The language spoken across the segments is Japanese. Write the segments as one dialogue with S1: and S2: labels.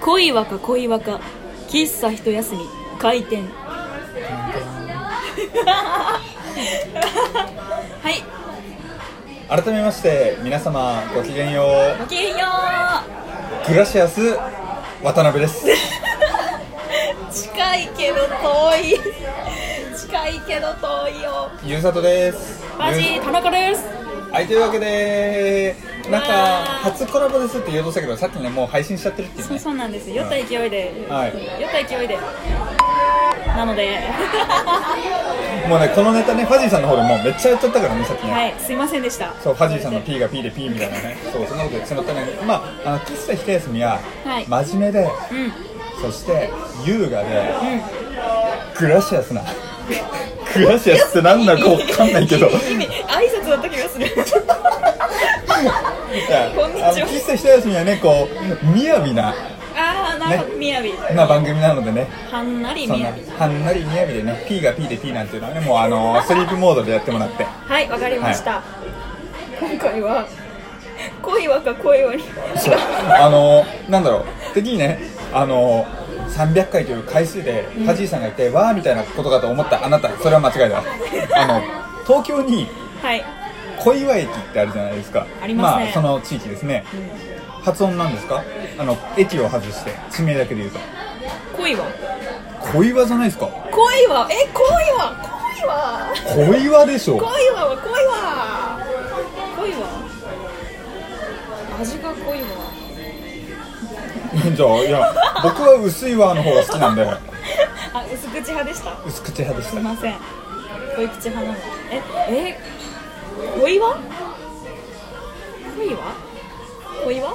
S1: 恋若恋若喫茶一休み開店はい
S2: 改めまして皆様ごきげんよう
S1: ごきげんよ
S2: グラシアス渡辺です
S1: う近いけど遠い近いけど遠いよ
S2: ゆうさとです
S1: マジ
S2: ゆう
S1: 田中です
S2: はいというわけでなんか
S1: わー
S2: 初コラボですって言おうとしたけどさっきねもう配信しちゃってるっていう
S1: そう
S2: ね
S1: そうなんです酔った勢いで、
S2: はい
S1: 酔った勢いでなので
S2: もうねこのネタねファジーさんの方でもうめっちゃやっちゃったからねさっきね、
S1: はいすいませんでした
S2: そうファジーさんの P が P で P みたいなねそうそんなこと言ってしまったねまああの喫茶一休みは
S1: はい
S2: 真面目で、
S1: うん
S2: そして優雅で、グラシアスなグラシアスって何なのか分かんない けど
S1: 意味挨拶だった気が する
S2: いや
S1: こんにちは
S2: あの喫茶一休みはねこうみやびな
S1: ああなんかみやび
S2: な番組なのでね
S1: はんなり
S2: そ
S1: み
S2: んな
S1: やび
S2: はんなりみやびでね P が P で P なんていうのはねもう あのスリープモードでやってもらって
S1: はいわかりました、今回は恋はか恋はに
S2: そうあのなんだろう的にねあの300回という回数でファジーさんがいて、わーみたいなことかと思ったあなたそれは間違いだあの東京に
S1: はい
S2: 小岩駅ってあるじゃないですか
S1: ありますね
S2: あその地域ですね、発音なんですかあの駅を外して地名だけで言うと
S1: 恋は
S2: 小岩じゃないですか
S1: 恋はえ恋は恋は
S2: 小岩でしょ
S1: 恋はは恋は恋は味が恋は
S2: じゃあいや僕は薄いわの方が好きなんで
S1: あ薄口派でした
S2: 薄口派ですし
S1: い
S2: た
S1: ません濃い口派なのええ恋は恋は恋は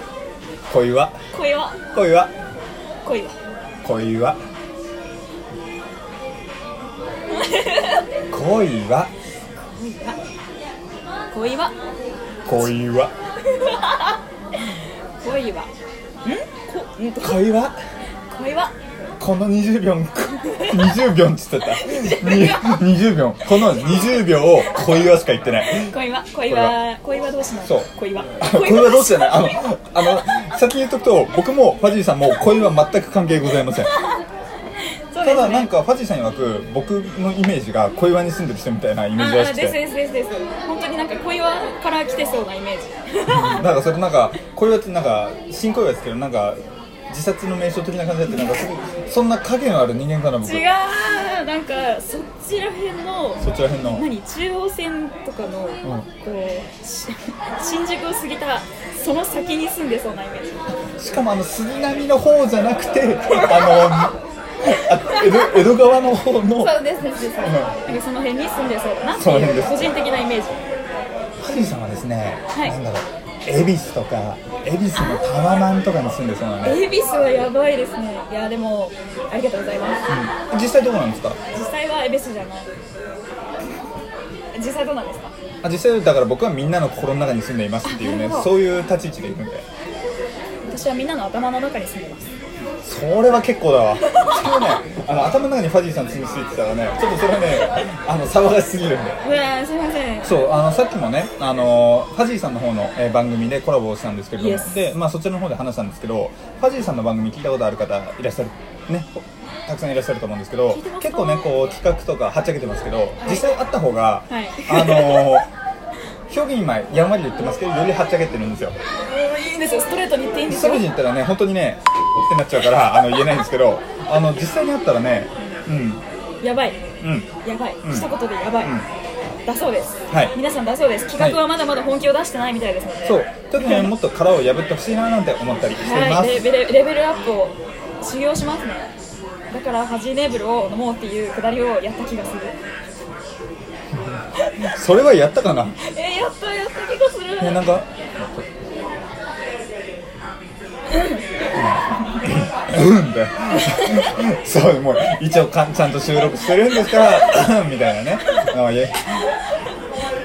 S2: 恋は
S1: 恋は
S2: 恋は
S1: 恋は
S2: 恋は恋は
S1: 恋は
S2: 恋
S1: 恋
S2: は
S1: はんこんと
S2: 恋は
S1: 恋は
S2: この20秒20秒っつってたに20秒この20秒を恋はしか言ってない
S1: 恋は恋は恋は同士なの
S2: そう
S1: 恋は
S2: あこれはどうしてないあのあの先に言っとくと僕もファジーさんも恋は全く関係ございません
S1: そうです
S2: ただなん
S1: ね
S2: かファジーさん曰く僕のイメージが小岩に住んでる人みたいなイメージら
S1: あ
S2: し
S1: あ
S2: く
S1: です
S2: て
S1: ですですです本当になんか恋はから来てそうなイメージ
S2: なんかそれなんか小岩ってなんか新小岩ですけどなんか自殺の名称的な感じだってなんかすごいそんな影のある人間かな僕
S1: 違うなんかそちら辺の
S2: そちら辺の
S1: 何中央線とかの、こうし 新宿を過ぎたその先に住んでそうなイメージ
S2: しかもあの杉並の方じゃなくてあのあ江戸江戸川の方の
S1: そうですですです、
S2: ん
S1: なんかその辺に住んでそうだなって
S2: そうなん
S1: い
S2: で
S1: う
S2: す
S1: 個人的なイメージ
S2: ハリーさんはですね、
S1: はい
S2: なんだろう恵比寿とか恵比寿のタワマンとかに住んでそうなね
S1: 恵比寿はやばいですねいやでもありがとうございます、
S2: 実際どうなんですか
S1: 実際は恵比寿じゃない実際どうなんですか
S2: あ実際だから僕はみんなの心の中に住んでいますっていう
S1: あな
S2: ね
S1: るほど
S2: そういう立ち位置でいるんで
S1: 私はみんなの頭の中に住んでます
S2: それは結構だわそれはねあの頭の中にファジーさん住みついてたらねちょっとそれはねあの騒がしすぎるんで
S1: うわーすいません
S2: そうあのさっきもねあのファジーさんの方の、えー番組でコラボをしたんですけれども、
S1: Yes
S2: でまあ、そちらの方で話したんですけどファジーさんの番組聞いたことある方いらっしゃるねほたくさんいらっしゃると思うんですけど
S1: 聞いてますか
S2: 結構ねこう企画とかはっちゃけてますけど、実際あった方が、
S1: はい
S2: あのー表現今やんわり言ってますけどよりはっちゃけてるんですよ
S1: もういいんですよストレートに言っていいんです
S2: スト
S1: よ
S2: レージに行ったらね本当にねってなっちゃうからあの言えないんですけどあの実際にあったらねうん
S1: やばい
S2: うん
S1: やばい、
S2: ん
S1: 一言でやばい、だそうです、
S2: はい
S1: 皆さんだそうです企画はまだまだ本気を出してないみたいですので、
S2: そうちょっとねもっと殻を破ってほしいななんて思ったりしていま
S1: はい、
S2: す、
S1: レベルレベルアップを修行しますねだからハジネーブルを飲もうっていうくだりをやった気がする
S2: それはやったかな
S1: えー、やったやった気がする
S2: ねなんかうんだよそうもう一応かんちゃんと収録してるんですからうんみたいなねあいえ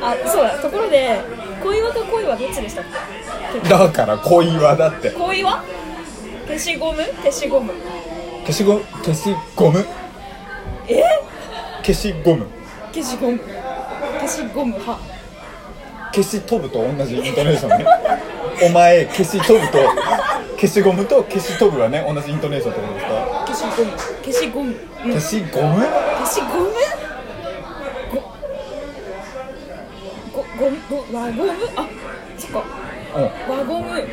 S1: あそうだところで恋はと恋はどっちでしたっけ
S2: だから恋はだって
S1: 恋は消しゴム消しゴム
S2: 消しゴ消しゴム
S1: え
S2: 消しゴム
S1: 消しゴム消しゴムは
S2: 消し飛ぶと同じイントネーションねお前消し飛ぶと消しゴムと消し飛ぶはね同じイントネーションってことですか
S1: 消しゴム消しゴム、うん
S2: 消しゴム
S1: 消しゴムごごごご輪ゴムあそっか
S2: うん
S1: 輪ゴム輪ゴム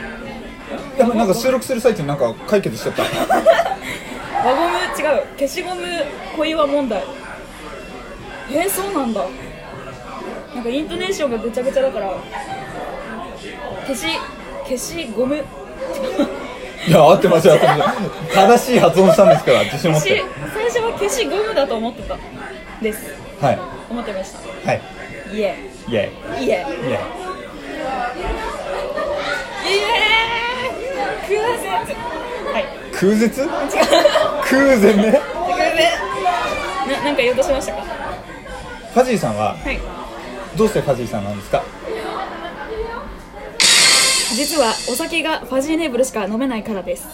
S2: でもなんか収録する最中になんか解決しちゃった
S1: 違う消しゴム小岩問題えー、そうなんだなんかイントネーションがぐちゃぐちゃだから消し消しゴム
S2: いや合ってますよ合ってますよ正しい発音したんですから自信持
S1: 消
S2: っ
S1: して最初は消しゴムだと思ってたです
S2: はい
S1: 思ってました
S2: はい
S1: イエ
S2: イエ
S1: イイエ
S2: イ
S1: イ
S2: イエ
S1: エーイクワセツはい
S2: イ空絶違う空前ね
S1: ごめんななんか言おうとしましたかは
S2: ファジーさんはいどうしてファジーさんなんですか
S1: 実はお酒がファジーネーブルしか飲めないからです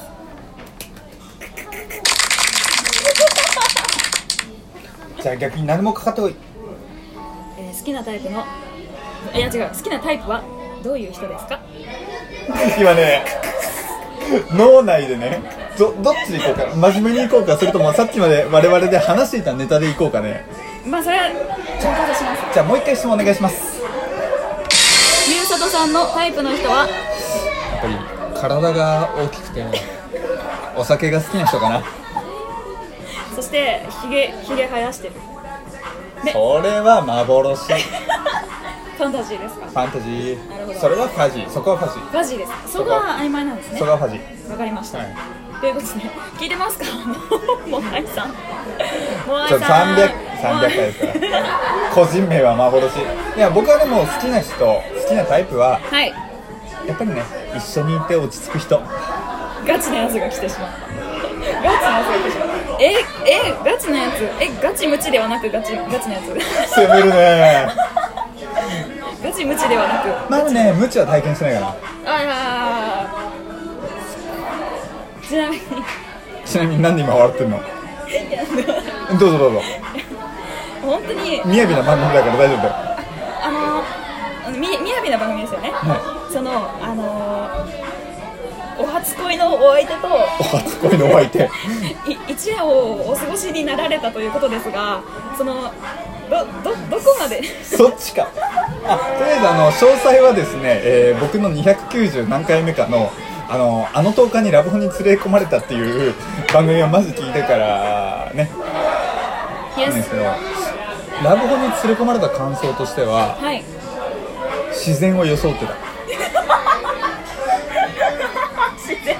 S2: じゃあ逆に何もかかってこい
S1: えー好きなタイプのいや違う好きなタイプはどういう人ですか
S2: 今ね脳内でねどどっちでいこうか真面目にいこうかそれともさっきまで我々で話していたネタでいこうかね
S1: まあそれは調査します
S2: じゃあもう一回質問お願いします
S1: ゆうさとさんのタイプの人は
S2: やっぱり体が大きくてお酒が好きな人かな
S1: そしてひげひげ生やしてるで
S2: それは幻フ
S1: ファンタジーですか
S2: ァンタジ
S1: なるほ
S2: ー
S1: ど
S2: それはファジーそこはファジ
S1: ファジーですかそこは曖昧なんです
S2: ー
S1: ね
S2: それはファジ
S1: わかりました、
S2: はい
S1: ということで聞いてますかもうあいさんもうあいさ
S2: ちょ
S1: ん
S2: 300 300回ですから個人名は幻いや僕はでも好きな人好きなタイプは
S1: はい
S2: やっぱりね一緒にいて落ち着く人
S1: ガチなやつが来てしまった。ガチなやつが来てしまった。え、え、ガチなやつ。え、ガチムチではなくガチ、ガチなやつ。
S2: 攻めるね
S1: ガチムチではなく。
S2: まだね、無知は体験してないか
S1: ああ。ちなみに、
S2: ら。ちなみになんで今笑ってんのどうぞどうぞ。
S1: 本当に、
S2: みやびな番組だから大丈夫だよ。
S1: あのみ、みやびな番組ですよね。
S2: は
S1: その、あのお初恋のお相手
S2: お初恋のお相手。
S1: とい一夜をお過ごしになられたということですがそのどどどこまで
S2: そっちか。あ、とりあえずあの、詳細はですね、えー僕の290何回目かの、あの、あの10日にラブホに連れ込まれたっていう番組をまず聞いてから、ね、
S1: い
S2: いい
S1: や
S2: んですけど、ラブホに連れ込まれた感想としては、
S1: はい
S2: 自然を装ってた。
S1: 自然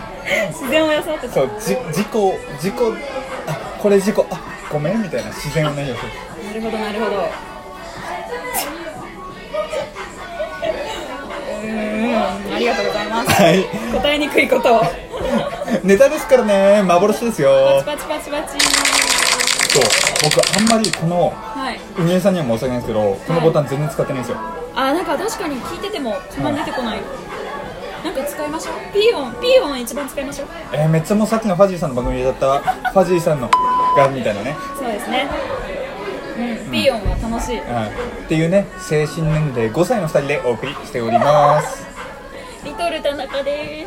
S1: 自然を装ってた
S2: そう、じ、事故、事故、あ、これ事故、あ、ごめんみたいな自然をね、装ってた。
S1: なるほどなるほどうーんありがとうございます
S2: はい。
S1: 答えにくいことを
S2: ネタですからね幻ですよ
S1: パチパチパチパチ
S2: そう僕あんまりこの
S1: はい
S2: ウニエさんには申し訳ないんですけどこのボタン全然使ってないんですよ
S1: あなんか確かに聞いててもたまに出てこない、なんか使いましょうピー音ピー音一番使いましょう
S2: えー、めっちゃもうさっきのファジーさんの番組で歌ったファジーさんのがみたいなね、
S1: そうですねうん、ピー音は楽しい
S2: うん、っていうね精神年齢5歳の2人でお送りしております
S1: リトル田中で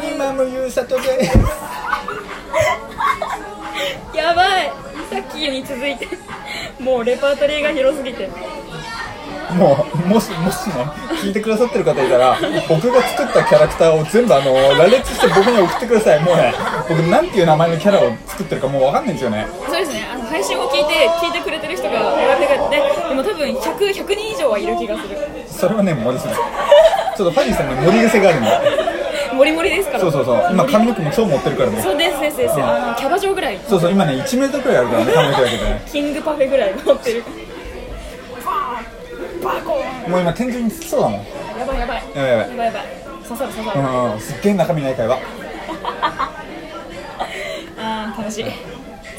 S2: ミニマム勇者とです
S1: すやばいさっきに続いて もうレパートリーが広すぎて
S2: もうもしもしね聞いてくださってる方いたら僕が作ったキャラクターを全部あの羅列して僕に送ってくださいもうね僕なんていう名前のキャラを作ってるかもう分かんないんですよね
S1: そうですね、あの配信を聞いて、聞いてくれてる人が選んでくれて、でも多分100、100人以上はいる気がする。
S2: それはね、森ですね。ちょっとファジーさんが盛り癖があるんで。
S1: モリモリですから。
S2: そうそう
S1: う。
S2: そう。今髪の毛も超持ってるからね。
S1: そうですですです。あのキャバ嬢ぐらい、
S2: そうそう、今ね、1メートルくらいあるからね、髪の毛だけでね。
S1: キングパフェぐらい持ってる。バーンバコー
S2: もう今天井につきそうだもん。
S1: ン。やばいやばい。
S2: やばいやばい
S1: やばいやばい。刺さる刺さる。
S2: うんうん、すっげえ中身ない会話。
S1: ああ楽しい。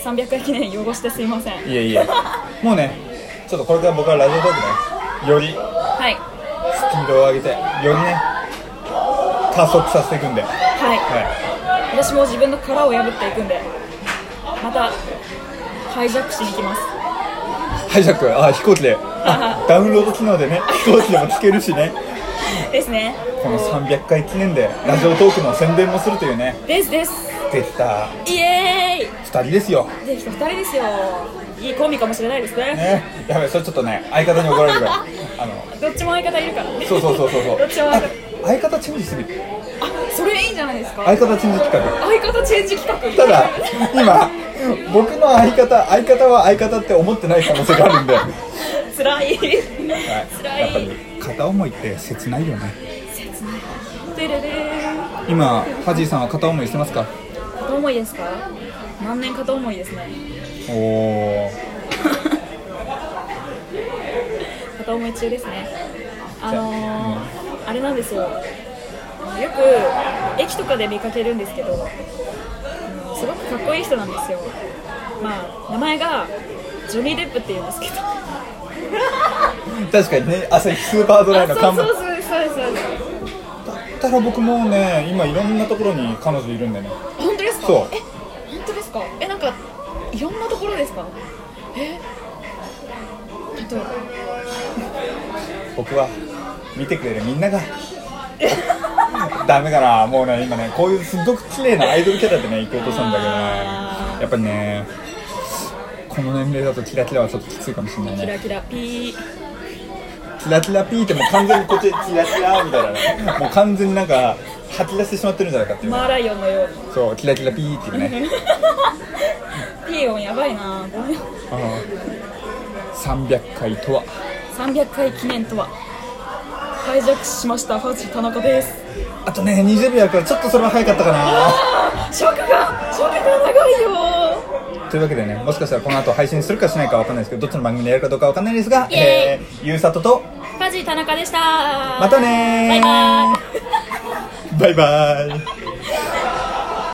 S1: 300回記念汚してすいません。
S2: いえいえ。もうね、ちょっとこれから僕はラジオトークね、よりス
S1: はい
S2: ピードを上げて、よりね、加速させていくんで。は
S1: はい。
S2: い。
S1: 私も自分の殻を破っていくんで、またハイジャックしに行きます。
S2: ハイジャック、あ、飛行機で。あダウンロード機能でね、飛行機でも聞けるしね。
S1: ですね
S2: この300回記念でラジオトークの宣伝もするというね
S1: ですです
S2: できた
S1: イエー
S2: 2人ですよ
S1: イできた2人ですよいいコンビかもしれないですね
S2: ねやべそれちょっとね相方に怒られるから あの
S1: どっちも相方いるからね
S2: そうそうそうそうそう
S1: どっちも
S2: あ
S1: 相方
S2: 相方チェンジする
S1: あそれいいんじゃないですか
S2: 相方チェンジ企画
S1: 相方チェンジ企画
S2: た だ今僕の相方相方は相方って思ってない可能性がある んで、はい、
S1: つらいつら
S2: やっぱり
S1: い
S2: 片思いって切ないよね
S1: てれれー
S2: 今ハジーさんは片思いしてますか
S1: 片思いですか何年片思いですね
S2: おお
S1: 片思い中ですねあのーあれなんですよよく駅とかで見かけるんですけどあのすごくかっこいい人なんですよまあ名前がジョニー・デップって言うんですけど
S2: 確かにね朝日スーパードライの
S1: あ
S2: 看
S1: そう
S2: 板
S1: そうそうですそうですそうです
S2: だったら僕もね今いろんなところに彼女いるんでね
S1: 本当ですか
S2: そう
S1: え本当ですかえなんかいろんなところですかえ例えば
S2: 僕は見てくれるみんなが ダメかなもうね今ねこういうすっごく綺麗なアイドルキャラでね行こうとしたんだけどね
S1: あー
S2: やっぱりねこの年齢だとキラキラはちょっときついかもしれない
S1: キ
S2: ね
S1: ラキラピー
S2: キラキラピーってもう完全にこっちでキラキラみたい なねもう完全になんか吐き出してしまってるんじゃないかっていう、
S1: マー
S2: ね、
S1: ライオンのように
S2: そうキラキラピーっていうね
S1: ピーオンやばいなダメ
S2: あの300回とは
S1: 300回記念とはハイジャックしましたファジ田中です
S2: あとね20秒あるからちょっとそれは早かったかな
S1: 尺が尺が長いよ
S2: というわけでねもしかしたらこの後配信するかしないかわかんないですけどどっちの番組でやるかどうかわかんないですが
S1: イエ
S2: ーゆうさとと
S1: ファジ田中でした
S2: またねー
S1: バイバイ
S2: バイバイ